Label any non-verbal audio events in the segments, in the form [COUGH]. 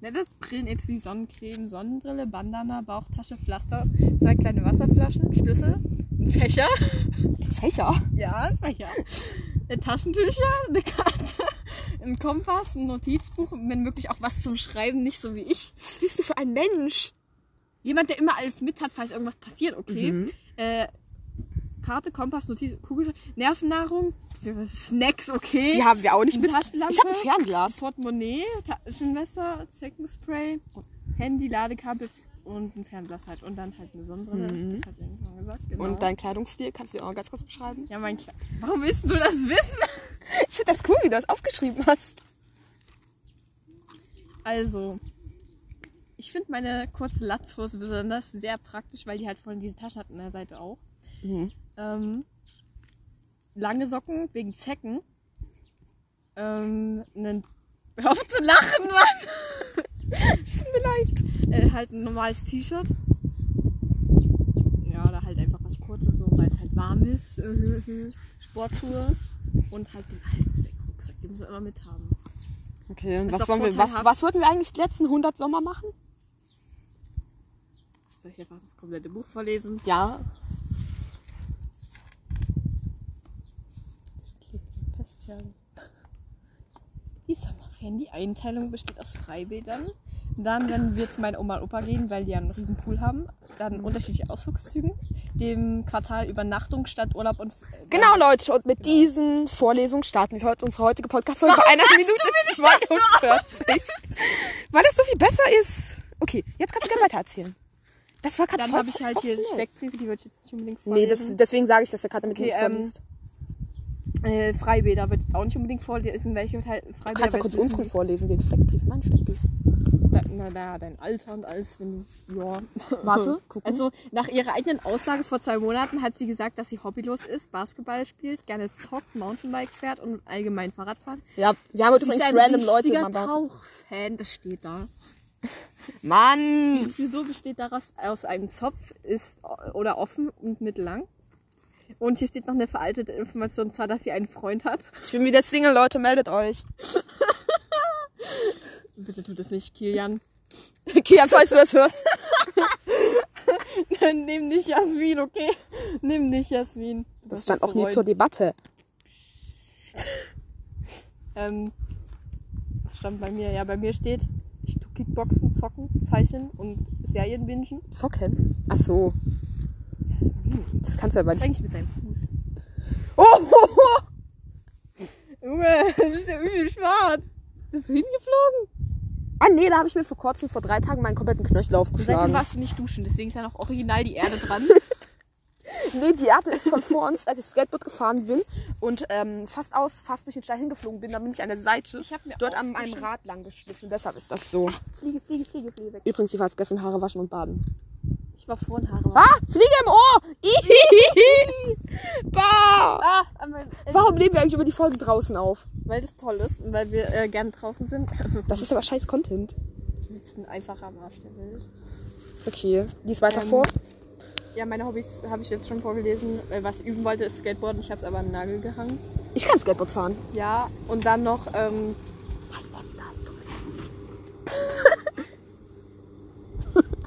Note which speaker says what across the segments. Speaker 1: Ne, das Brillen jetzt wie Sonnencreme, Sonnenbrille, Bandana, Bauchtasche, Pflaster, zwei kleine Wasserflaschen, Schlüssel, ein Fächer. [LAUGHS]
Speaker 2: Fächer?
Speaker 1: Ja, ein Fächer. Äh, Taschentücher, eine Karte, [LAUGHS] ein Kompass, ein Notizbuch, und wenn möglich auch was zum Schreiben, nicht so wie ich.
Speaker 2: Was bist du für ein Mensch?
Speaker 1: Jemand, der immer alles mit hat, falls irgendwas passiert, okay.
Speaker 2: Mhm.
Speaker 1: Äh, Karte, Kompass, Notiz, Kugel, Nervennahrung, beziehungsweise Snacks, okay.
Speaker 2: Die haben wir auch nicht
Speaker 1: Eine
Speaker 2: mit.
Speaker 1: Taschenlampe.
Speaker 2: Ich habe ein Fernglas.
Speaker 1: Portemonnaie, Taschenmesser, Zeckenspray, Handy, Ladekabel und ein Fernglas halt. Und dann halt eine Sonnenbrille. Das hat irgendwann gesagt, genau.
Speaker 2: Und dein Kleidungsstil, kannst du dir auch ganz kurz beschreiben?
Speaker 1: ja, mein Kle Warum willst du das wissen?
Speaker 2: Ich finde das cool, wie du das aufgeschrieben hast.
Speaker 1: Also, ich finde meine kurze Latzhose besonders sehr praktisch, weil die halt vorne diese Tasche hat an der Seite auch.
Speaker 2: Mhm.
Speaker 1: Ähm, lange Socken wegen Zecken. Ähm, nen- [LAUGHS] Hör auf zu lachen, Mann! [LAUGHS]
Speaker 2: Tut mir leid.
Speaker 1: Äh, halt ein normales T-Shirt. Ja, oder halt einfach was Kurzes, so, weil es halt warm ist. [LAUGHS] Sportschuhe und halt den Allzweckrucksack, den muss man immer mit haben.
Speaker 2: Okay, und
Speaker 1: Ist
Speaker 2: was
Speaker 1: doch
Speaker 2: wollen wir, was,
Speaker 1: vorteilhaft.
Speaker 2: was wollten wir eigentlich die letzten 100 Sommer machen?
Speaker 1: Soll ich einfach das komplette Buch vorlesen?
Speaker 2: Ja.
Speaker 1: Die Sommerferien, die Einteilung besteht aus Freibädern. Dann, wenn wir zu meinen Oma und Opa gehen, weil die ja einen riesen Pool haben, dann unterschiedliche Ausflugszügen. Dem Quartal Übernachtung, Stadturlaub und... äh,
Speaker 2: Genau, Leute, und mit diesen Vorlesungen starten wir heute unsere heutige Podcast-Folge bei einer Minute 42. Weil es so viel besser ist. Okay, jetzt kannst du gerne weiter erzählen. Das war gerade
Speaker 1: Dann
Speaker 2: voll
Speaker 1: habe ich halt hier
Speaker 2: professionell.
Speaker 1: Steckbriefe, die würde ich jetzt nicht unbedingt vorlesen.
Speaker 2: Nee, das, deswegen sage ich das ja gerade, damit
Speaker 1: Okay,
Speaker 2: du nicht
Speaker 1: ähm,
Speaker 2: vorliest.
Speaker 1: Äh, Freibäder wird jetzt auch nicht unbedingt vorlesen, welche Teil Freibäder.
Speaker 2: Du kannst ja
Speaker 1: willst
Speaker 2: kurz
Speaker 1: du wissen,
Speaker 2: unseren vorlesen, den Steckbrief, meinen Steckbrief.
Speaker 1: wie- Na, na, na, dein Alter und alles, wenn du. Ja. [LAUGHS]
Speaker 2: Warte, gucken.
Speaker 1: Also, nach ihrer eigenen Aussage vor zwei Monaten hat sie gesagt, dass sie hobbylos ist, Basketball spielt, gerne zockt, Mountainbike fährt und allgemein Fahrrad fahren.
Speaker 2: Ja, wir haben heute
Speaker 1: Sie ist
Speaker 2: übrigens
Speaker 1: ein
Speaker 2: random Leute
Speaker 1: richtiger
Speaker 2: im Anbau.
Speaker 1: Tauchfan, das steht da.
Speaker 2: Mann!
Speaker 1: Wieso besteht daraus aus einem Zopf, ist o- oder offen und mittellang? Und hier steht noch eine veraltete Information, und zwar, dass sie einen Freund hat.
Speaker 2: Ich bin wieder Single, Leute, meldet euch.
Speaker 1: Bitte tut das nicht, Kilian.
Speaker 2: Kian, falls du das hörst.
Speaker 1: [LAUGHS] Nimm nicht Jasmin, okay? Nimm nicht Jasmin.
Speaker 2: Das
Speaker 1: ist
Speaker 2: stand auch nie
Speaker 1: bereut.
Speaker 2: zur Debatte.
Speaker 1: Ähm, das stand bei mir. Ja, bei mir steht, ich tue Kickboxen, Zocken, Zeichen und Serien bingen.
Speaker 2: Zocken? Ach so,
Speaker 1: Jasmin,
Speaker 2: das kannst du ja bei
Speaker 1: was ist eigentlich mit deinem Fuß?
Speaker 2: Oh, oh, oh.
Speaker 1: Junge, [LAUGHS] das ist ja übel schwarz. Bist du hingeflogen?
Speaker 2: Ah nee, da habe ich mir vor kurzem, vor drei Tagen, meinen kompletten Knöchel
Speaker 1: Seitdem
Speaker 2: aufgeschlagen.
Speaker 1: warst du nicht duschen, deswegen ist ja noch original die Erde dran.
Speaker 2: Nee, die Erde ist schon vor uns, als ich Skateboard gefahren bin und ähm, fast aus, fast durch den Stein hingeflogen bin. Da bin ich an der Seite
Speaker 1: Ich hab mir
Speaker 2: dort
Speaker 1: auch
Speaker 2: an einem
Speaker 1: schon-
Speaker 2: Rad lang geschliffen. Deshalb ist das so.
Speaker 1: [LAUGHS] Fliege, fliege, fliege, fliege weg.
Speaker 2: Übrigens, ich war jetzt gestern Haare waschen und baden.
Speaker 1: Ich war vorhin Haare.
Speaker 2: Ah, Fliege im Ohr! Ihihihi. bah.
Speaker 1: Ah, aber, äh,
Speaker 2: Warum nehmen wir eigentlich über die Folgen draußen auf?
Speaker 1: weil das toll ist und weil wir äh, gerne draußen sind. [LAUGHS]
Speaker 2: Das ist aber scheiß Content.
Speaker 1: Wir sitzen einfach am Arsch der Welt.
Speaker 2: Okay, lies weiter
Speaker 1: Ähm,
Speaker 2: vor.
Speaker 1: Ja, meine Hobbys habe ich jetzt schon vorgelesen. Äh, Was ich üben wollte, ist Skateboarden. Ich habe es aber am Nagel gehangen.
Speaker 2: Ich kann Skateboard fahren.
Speaker 1: Ja, und dann noch ähm,
Speaker 2: [LAUGHS]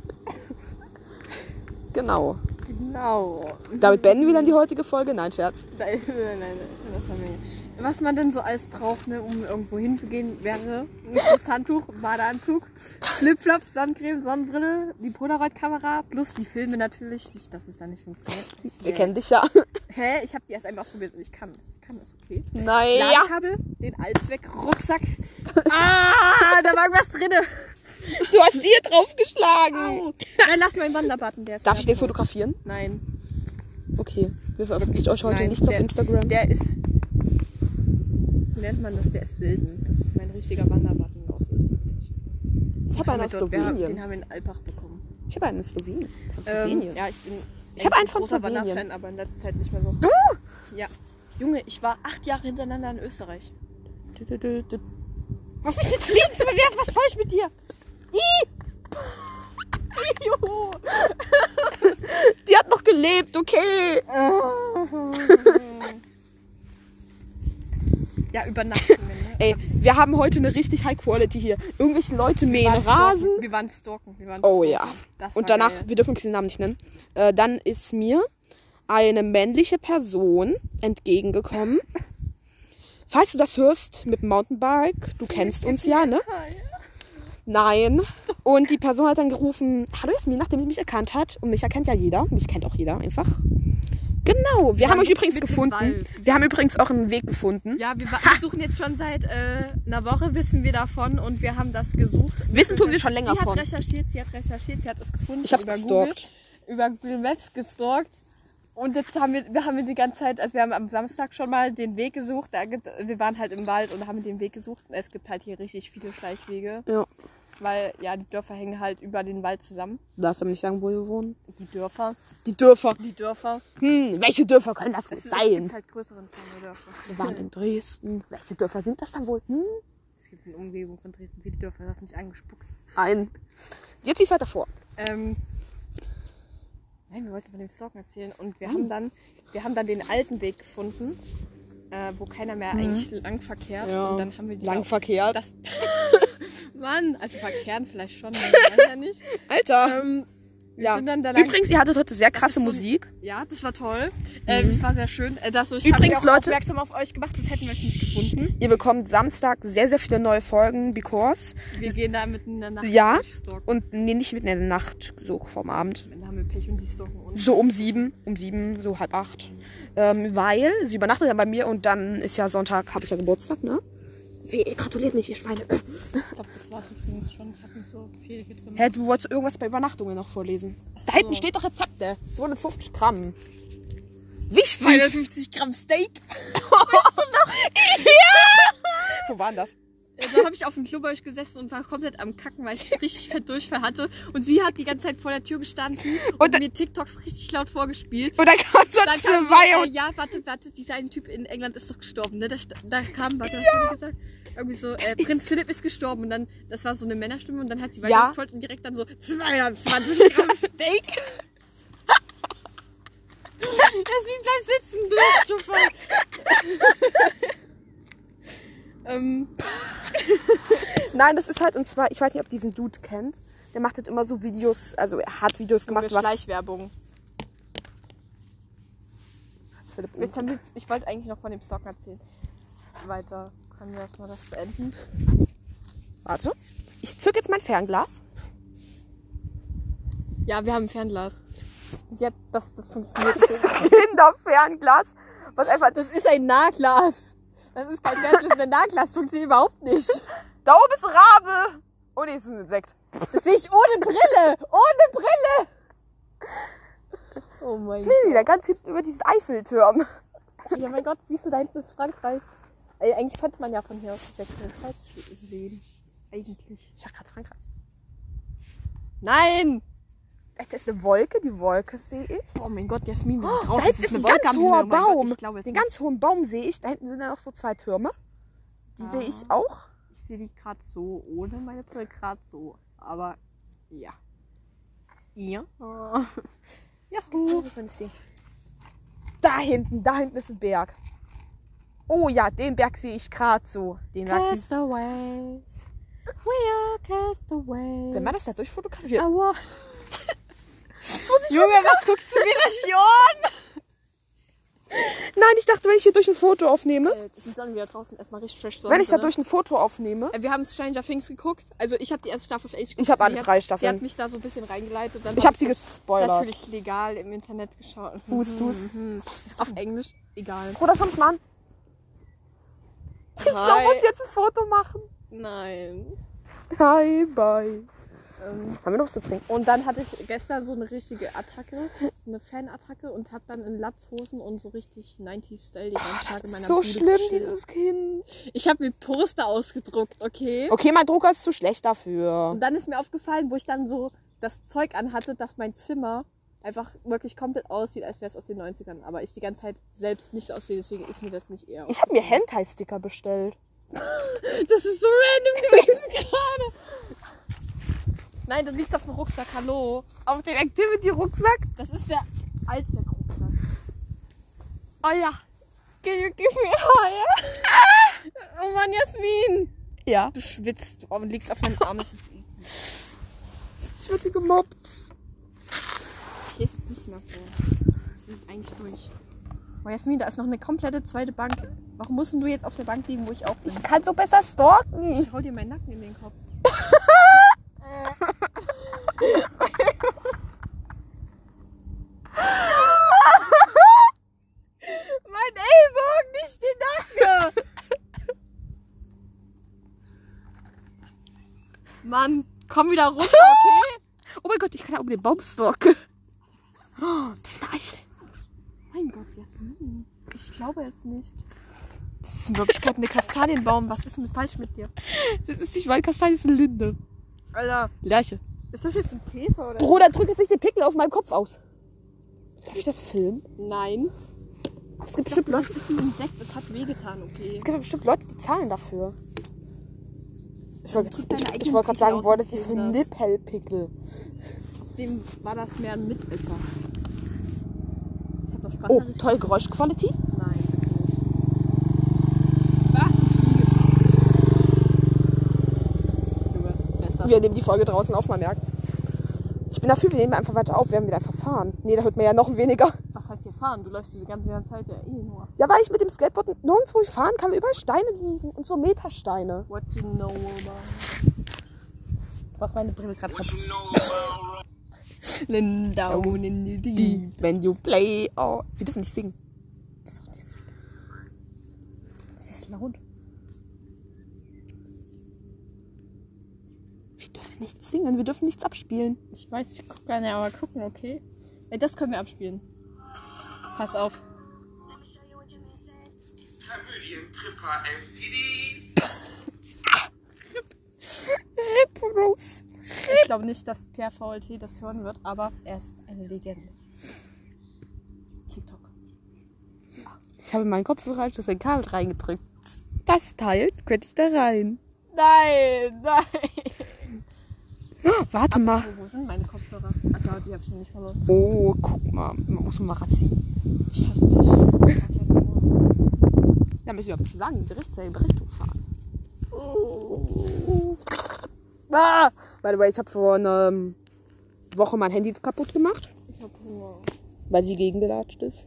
Speaker 2: Genau.
Speaker 1: Genau.
Speaker 2: Damit beenden wir dann die heutige Folge. Nein, Scherz.
Speaker 1: [LAUGHS] Nein, nein, nein, das haben wir nicht. Was man denn so alles braucht, ne, um irgendwo hinzugehen, wäre ein gutes Handtuch, Badeanzug, Flipflops, Sonnencreme, Sonnenbrille, die Polaroid-Kamera, plus die Filme natürlich. Nicht, dass es da nicht funktioniert. Ich
Speaker 2: Wir
Speaker 1: wär-
Speaker 2: kennen dich ja. [LAUGHS]
Speaker 1: Hä? Ich habe die erst einmal ausprobiert und ich kann das. Ich kann das, okay.
Speaker 2: Naja.
Speaker 1: Ladekabel, den Allzweck-Rucksack. ah, da war irgendwas drinne.
Speaker 2: Du hast dir draufgeschlagen.
Speaker 1: Nein, lass mal den Wanderbatten, der ist
Speaker 2: Darf ich den
Speaker 1: wertvoll.
Speaker 2: fotografieren?
Speaker 1: Nein.
Speaker 2: Okay. Wir veröffentlichen euch heute
Speaker 1: Nein,
Speaker 2: nichts auf
Speaker 1: der-
Speaker 2: Instagram.
Speaker 1: Der ist. Wie nennt man das? Der ist silben. Das ist mein richtiger Wanderbatten aus Österreich.
Speaker 2: ich habe einen aus
Speaker 1: Den
Speaker 2: Slowenien.
Speaker 1: haben wir in Alpach bekommen.
Speaker 2: Ich habe einen aus Slowenien. Von
Speaker 1: Ähm,
Speaker 2: Slowenien.
Speaker 1: ja, ich bin.
Speaker 2: Ich hab
Speaker 1: echt
Speaker 2: einen von
Speaker 1: ein großer
Speaker 2: Slowenien.
Speaker 1: Wanderfan, aber in letzter Zeit nicht mehr so. Ja. Junge, ich war acht Jahre hintereinander in Österreich.
Speaker 2: Du, du, du, du.
Speaker 1: Was mich mit Fliegen zu bewerfen? Was falsch mit dir? Ih! Juhu!
Speaker 2: Die hat noch gelebt, okay.
Speaker 1: Ah. ja, ne? übernachten. Ne?
Speaker 2: Ey,
Speaker 1: Hab ich das
Speaker 2: Wir haben heute eine richtig High Quality hier. Irgendwelche Leute mähen Rasen.
Speaker 1: Stalken. Wir waren stalken. Wir waren
Speaker 2: Oh
Speaker 1: stalken.
Speaker 2: ja.
Speaker 1: Das war
Speaker 2: Und danach,
Speaker 1: geil.
Speaker 2: wir dürfen den Namen nicht nennen. Äh, dann ist mir eine männliche Person
Speaker 1: [LAUGHS]
Speaker 2: entgegengekommen. Falls du das hörst mit dem Mountainbike, du kennst uns ja, ne?
Speaker 1: [LAUGHS]
Speaker 2: Nein. Und die Person hat dann gerufen, hallo Jasmin, nachdem sie mich erkannt hat. Und mich erkennt ja jeder. Mich kennt auch jeder einfach. Genau. Wir haben euch übrigens
Speaker 1: mitten im
Speaker 2: gefunden.
Speaker 1: Wald.
Speaker 2: Wir haben übrigens auch einen Weg gefunden.
Speaker 1: Ja, wir, wa- wir suchen jetzt schon seit äh, einer Woche, wissen wir davon und wir haben das gesucht.
Speaker 2: Wissen tun wir schon länger
Speaker 1: sie
Speaker 2: von.
Speaker 1: hat recherchiert, sie hat recherchiert, sie hat es gefunden.
Speaker 2: Ich hab's
Speaker 1: über
Speaker 2: gestalkt.
Speaker 1: Google, über Google Maps gestalkt. Und jetzt haben wir, wir haben wir die ganze Zeit, also wir haben am Samstag schon mal den Weg gesucht. Da gibt, wir waren halt im Wald und haben den Weg gesucht. Und es gibt halt hier richtig viele Schleichwege,
Speaker 2: Ja.
Speaker 1: weil ja, die Dörfer hängen halt über den Wald zusammen.
Speaker 2: Darfst du mir nicht sagen, wo wir wohnen?
Speaker 1: Die Dörfer,
Speaker 2: Die Dörfer.
Speaker 1: die Dörfer.
Speaker 2: Hm, welche Dörfer können das wohl
Speaker 1: Es, es
Speaker 2: sein?
Speaker 1: gibt halt größere und kleine Dörfer.
Speaker 2: Wir waren in Dresden. Welche Dörfer sind das dann wohl? Hm?
Speaker 1: Es gibt eine Umgebung von Dresden, viele Dörfer, du hast mich angespuckt.
Speaker 2: Ein. Jetzt geht's weiter vor.
Speaker 1: Ähm, nein, wir wollten von dem Stalken erzählen. Und wir haben dann, wir haben dann den alten Weg gefunden, äh, wo keiner mehr eigentlich lang verkehrt.
Speaker 2: Ja,
Speaker 1: Und dann haben wir die
Speaker 2: lang verkehrt.
Speaker 1: Das, Mann, also verkehren vielleicht schon, ich weiß ja
Speaker 2: [LAUGHS]
Speaker 1: nicht.
Speaker 2: Alter.
Speaker 1: Ähm, wir
Speaker 2: ja.
Speaker 1: sind dann da lang-
Speaker 2: Übrigens, ihr hattet heute sehr
Speaker 1: ist
Speaker 2: krasse
Speaker 1: so ein-
Speaker 2: Musik.
Speaker 1: ja, das war toll. Ähm, es war sehr schön. Äh, das, so, ich
Speaker 2: Mhm. Übrigens,
Speaker 1: hab mich auch
Speaker 2: Leute-
Speaker 1: aufmerksam auf euch gemacht, das hätten wir euch nicht gefunden.
Speaker 2: Ihr bekommt Samstag sehr, sehr viele neue Folgen, because.
Speaker 1: Wir gehen da miteinander
Speaker 2: Ja.
Speaker 1: stalken.
Speaker 2: Und nee, nicht mitten in der Nacht, so vom Abend.
Speaker 1: Dann haben wir Pech und die stalken uns.
Speaker 2: So um sieben, um sieben, so halb acht. Ähm, weil sie übernachtet dann bei mir und dann ist ja Sonntag, habe ich ja Geburtstag, ne? Wie, ihr gratuliert nicht, ihr Schweine.
Speaker 1: Ich glaube, das war es übrigens schon. Ich habe mich so viel getrunken.
Speaker 2: Hä, du wolltest irgendwas bei Übernachtungen noch vorlesen.
Speaker 1: Ach
Speaker 2: Da hinten
Speaker 1: so.
Speaker 2: steht doch Rezepte. 250 Gramm. Wichtig.
Speaker 1: 250 Gramm Steak.
Speaker 2: [LAUGHS] Wo waren das?
Speaker 1: Äh, So habe ich auf dem Klo bei euch gesessen und war komplett am Kacken, weil ich richtig fett Durchfall hatte. Und sie hat die ganze Zeit vor der Tür gestanden und,
Speaker 2: Und da-
Speaker 1: mir TikToks richtig laut vorgespielt.
Speaker 2: Und dann kam so
Speaker 1: Dann kam
Speaker 2: zwei
Speaker 1: sie, äh,
Speaker 2: und...
Speaker 1: ja, warte, warte, dieser eine Typ in England ist doch gestorben, ne? Da, st- da kam, warte, was hat die gesagt? Irgendwie so, äh, Prinz Philipp ist gestorben und dann, das war so eine Männerstimme und dann hat sie weitergescrollt und direkt dann so [LAUGHS] 22
Speaker 2: [LAUGHS]
Speaker 1: Gramm Steak. Jasmin, bleib sitzen, du bist schon voll. [LAUGHS] ähm,
Speaker 2: Nein, das ist halt, und zwar, ich weiß nicht, ob ihr diesen Dude kennt. Der macht halt immer so Videos, also er hat Videos gemacht,
Speaker 1: Mit
Speaker 2: was...
Speaker 1: Schleichwerbung.
Speaker 2: was Philipp
Speaker 1: Jetzt haben wir, ich wollte eigentlich noch von dem Stock erzählen. Weiter. Können wir erstmal das beenden?
Speaker 2: Warte. Ich zück jetzt
Speaker 1: [LAUGHS]
Speaker 2: mein Fernglas.
Speaker 1: Ja, wir haben ein Fernglas. Sie hat, das, das funktioniert.
Speaker 2: Kinderfernglas. Was einfach...
Speaker 1: Das ist ein Nahglas. Das ist kein Fernglas, das ist ein Nahglas. Das funktioniert überhaupt nicht.
Speaker 2: Da oben ist ein Rabe. Oh nee, ist ein Insekt.
Speaker 1: Das sehe ich ohne Brille. Ohne Brille. Oh mein Gott.
Speaker 2: Nee, da ganz hinten über diesen Eiffelturm.
Speaker 1: Ja, mein Gott, siehst du, da hinten ist Frankreich. Ey, eigentlich könnte man ja von hier aus die Zeit sehen. Eigentlich.
Speaker 2: Ich dachte gerade Frankreich.
Speaker 1: Nein!
Speaker 2: Echt, da ist eine Wolke, die Wolke sehe ich.
Speaker 1: Oh mein Gott, Jasmin, wir sind
Speaker 2: da
Speaker 1: draußen.
Speaker 2: hinten
Speaker 1: Es
Speaker 2: ist
Speaker 1: eine
Speaker 2: ein
Speaker 1: Wolke
Speaker 2: ganz
Speaker 1: am Himmel.
Speaker 2: hoher
Speaker 1: Oh mein Gott,
Speaker 2: Baum.
Speaker 1: Ich glaube, es
Speaker 2: Den
Speaker 1: nicht.
Speaker 2: ganz hohen Baum sehe ich. Da hinten sind dann noch so zwei Türme. Die sehe ich
Speaker 1: Ah.
Speaker 2: auch.
Speaker 1: Ich sehe die gerade so ohne meine Brille, gerade so. Aber ja. Ihr?
Speaker 2: Ja,
Speaker 1: Oh.
Speaker 2: Da hinten, da hinten ist ein Berg. Oh ja, den Berg sehe ich gerade so. Den Berg sehe ich.
Speaker 1: Castaways. We are castaways.
Speaker 2: Wenn man das da durchfotografiert.
Speaker 1: Aua. Junge, was guckst du mir durch die Ohren?
Speaker 2: Nein, ich dachte, wenn ich hier durch ein Foto aufnehme.
Speaker 1: Jetzt Äh, sind dann wieder draußen erstmal richtig fresh Sonne.
Speaker 2: Wenn ich da durch ein Foto aufnehme.
Speaker 1: Wir haben Stranger Things geguckt. Also ich habe die erste Staffel auf Englisch geguckt.
Speaker 2: Ich habe alle
Speaker 1: Sie hat-
Speaker 2: drei
Speaker 1: Sie hat
Speaker 2: Staffeln.
Speaker 1: mich da so ein bisschen reingeleitet. Dann
Speaker 2: Ich habe sie gespoilert.
Speaker 1: natürlich legal im Internet geschaut. Mhm.
Speaker 2: Hust, hust.
Speaker 1: Auf Englisch? [LAUGHS] Egal.
Speaker 2: Bruder, schau mich mal an. So muss ich jetzt ein Foto machen.
Speaker 1: Nein.
Speaker 2: Hi, bye.
Speaker 1: Ähm,
Speaker 2: Haben wir noch was zu trinken?
Speaker 1: und dann hatte ich gestern so eine richtige Attacke, so eine Fan-Attacke und hab dann in Latzhosen und so richtig 90s-Style die ganze
Speaker 2: Oh, Das
Speaker 1: Zeit in
Speaker 2: ist
Speaker 1: meiner
Speaker 2: so
Speaker 1: Bude
Speaker 2: schlimm,
Speaker 1: gechillt.
Speaker 2: dieses Kind.
Speaker 1: Ich habe mir Poster ausgedruckt, okay?
Speaker 2: Okay, mein Drucker ist zu schlecht dafür.
Speaker 1: Und dann ist mir aufgefallen, wo ich dann so das Zeug anhatte, dass mein Zimmer einfach wirklich komplett aussieht, als wäre es aus den 90ern. Aber ich die ganze Zeit selbst nicht aussehe, deswegen ist mir das nicht eher.
Speaker 2: Ich habe mir Hentai-Sticker bestellt.
Speaker 1: Das ist so random gewesen [LAUGHS] gerade. Nein, das liegt auf dem Rucksack, hallo.
Speaker 2: Auf den Activity-Rucksack?
Speaker 1: Das ist der Allzweckrucksack.
Speaker 2: Oh ja.
Speaker 1: Can you give me higher? Oh Mann, Jasmin!
Speaker 2: Ja.
Speaker 1: Du schwitzt und liegst auf meinem Arm. Das ist eklig.
Speaker 2: Ich wurde gemobbt.
Speaker 1: Ich lese jetzt nicht mehr vor. Wir sind eigentlich durch. Oh, Jasmin, da ist noch eine komplette zweite Bank. Warum musst denn du jetzt auf der Bank liegen, wo ich auch bin?
Speaker 2: Ich kann so besser stalken.
Speaker 1: Ich hau dir meinen Nacken in den Kopf.
Speaker 2: Mein Ellbogen, nicht die Nacke.
Speaker 1: Mann, komm wieder runter, okay?
Speaker 2: [LAUGHS] oh mein Gott, ich kann ja um den Baum stalken. Oh, das ist eine Eichel.
Speaker 1: mein Gott, Jasmin. Ich glaube es nicht.
Speaker 2: Das ist in Wirklichkeit eine
Speaker 1: Kastanienbaum, was ist denn falsch mit dir?
Speaker 2: Das ist nicht mein Kastanie, das ist eine Linde.
Speaker 1: Alter,
Speaker 2: Leiche.
Speaker 1: ist das jetzt ein Käfer oder?
Speaker 2: Bruder, drück jetzt nicht den Pickel auf meinem Kopf aus. Darf ich das filmen?
Speaker 1: Nein.
Speaker 2: Es gibt,
Speaker 1: Das
Speaker 2: bestimmt Leute,
Speaker 1: ist ein Insekt, das hat wehgetan, okay.
Speaker 2: es gibt bestimmt Leute, die zahlen dafür. Ich wollte
Speaker 1: Drück deine
Speaker 2: ich- ich
Speaker 1: eigenen
Speaker 2: wollte gerade
Speaker 1: Pickel
Speaker 2: sagen,
Speaker 1: aus
Speaker 2: wolltet
Speaker 1: und
Speaker 2: ihr für
Speaker 1: film das.
Speaker 2: Nippelpickel?
Speaker 1: Außerdem war das mehr ein Mitesser. Ich hab doch
Speaker 2: Oh,
Speaker 1: Sprachnachrichten.
Speaker 2: toll, Geräuschquality.
Speaker 1: Nein, bitte nicht. Was? Ich liege. Junge, besser.
Speaker 2: Wir nehmen die Folge draußen auf, man merkt's. Ich bin dafür, wir nehmen einfach weiter auf, wir haben wieder verfahren. Nee, da hört man ja noch weniger.
Speaker 1: Was heißt hier fahren? Du läufst die ganze Zeit ja eh nur.
Speaker 2: Ja, weil ich mit dem Skateboard nirgends, wo ich fahren kann, überall Steine liegen und so Metersteine.
Speaker 1: What you know about. Was meine Brille gerade ver... [LAUGHS] Lynn down in the deep.
Speaker 2: When you play, oh. Wir dürfen nicht singen. Das ist doch nicht so schlimm.
Speaker 1: Das ist laut.
Speaker 2: Wir dürfen nicht singen, wir dürfen nichts abspielen.
Speaker 1: Ich weiß, ich guck gerne, aber gucken, okay? Ey, das können wir abspielen. Pass auf.
Speaker 3: Tripper Tripper STDs.
Speaker 2: Hip Rose.
Speaker 1: Ich glaube nicht, dass Per VLT das hören wird, aber er ist eine Legende. TikTok.
Speaker 2: Ich habe meinen Kopfhörer das ein Kabel reingedrückt. Das Teil könnte ich da rein.
Speaker 1: Nein, nein.
Speaker 2: Ah, Warte mal.
Speaker 1: Wo sind meine Kopfhörer? Ach ja, die habe ich noch nicht verloren.
Speaker 2: Oh, guck mal. Man muss mal rassieren.
Speaker 1: Ich hasse dich. Ich hab keine Hose.
Speaker 2: Da müssen wir aber zusammen in die richtige Richtung fahren. Oh. Ah! By the way, ich habe vor einer ähm, Woche mein Handy kaputt gemacht,
Speaker 1: Ich hab Hunger.
Speaker 2: weil sie gegengelatscht ist.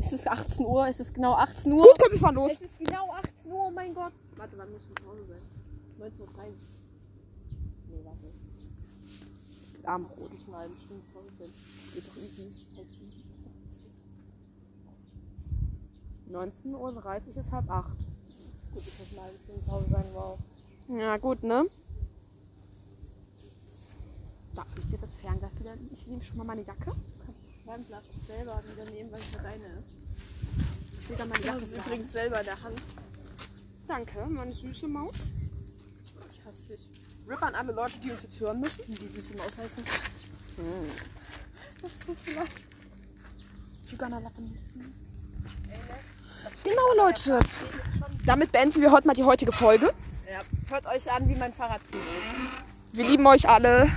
Speaker 1: Es ist 18 Uhr, es ist genau 18 Uhr.
Speaker 2: Gut, komm, wir fahren los.
Speaker 1: Es ist genau 18 Uhr, mein Gott. Warte, wann muss ich zu Hause sein? 19.30 Uhr. Nee, warte.
Speaker 2: Es gibt Armbrot.
Speaker 1: Ich mal eine Stunde zu Hause sein. Geht doch easy. ist halt easy.
Speaker 2: 19.30 Uhr ist halb acht.
Speaker 1: Gut, ich muss mal eine Stunde zu Hause sein, wow.
Speaker 2: Ja, gut, ne? Da ich dir das Fernglas wieder. Ich nehme schon mal meine Jacke.
Speaker 1: Du kannst das Fernglas auch selber wieder nehmen, weil es ja deine ist.
Speaker 2: Ich lege meine
Speaker 1: Ich habe es übrigens selber in der Hand.
Speaker 2: Danke, meine süße Maus.
Speaker 1: Ich hasse dich.
Speaker 2: Rip an alle Leute, die uns jetzt hören müssen.
Speaker 1: Wie die süße Maus heißen. Das ist so viel Leid. You gonna love me.
Speaker 2: Genau, Leute. Damit beenden wir heute mal die heutige Folge.
Speaker 1: Ja, hört euch an, wie mein Fahrrad geht.
Speaker 2: Wir lieben euch alle.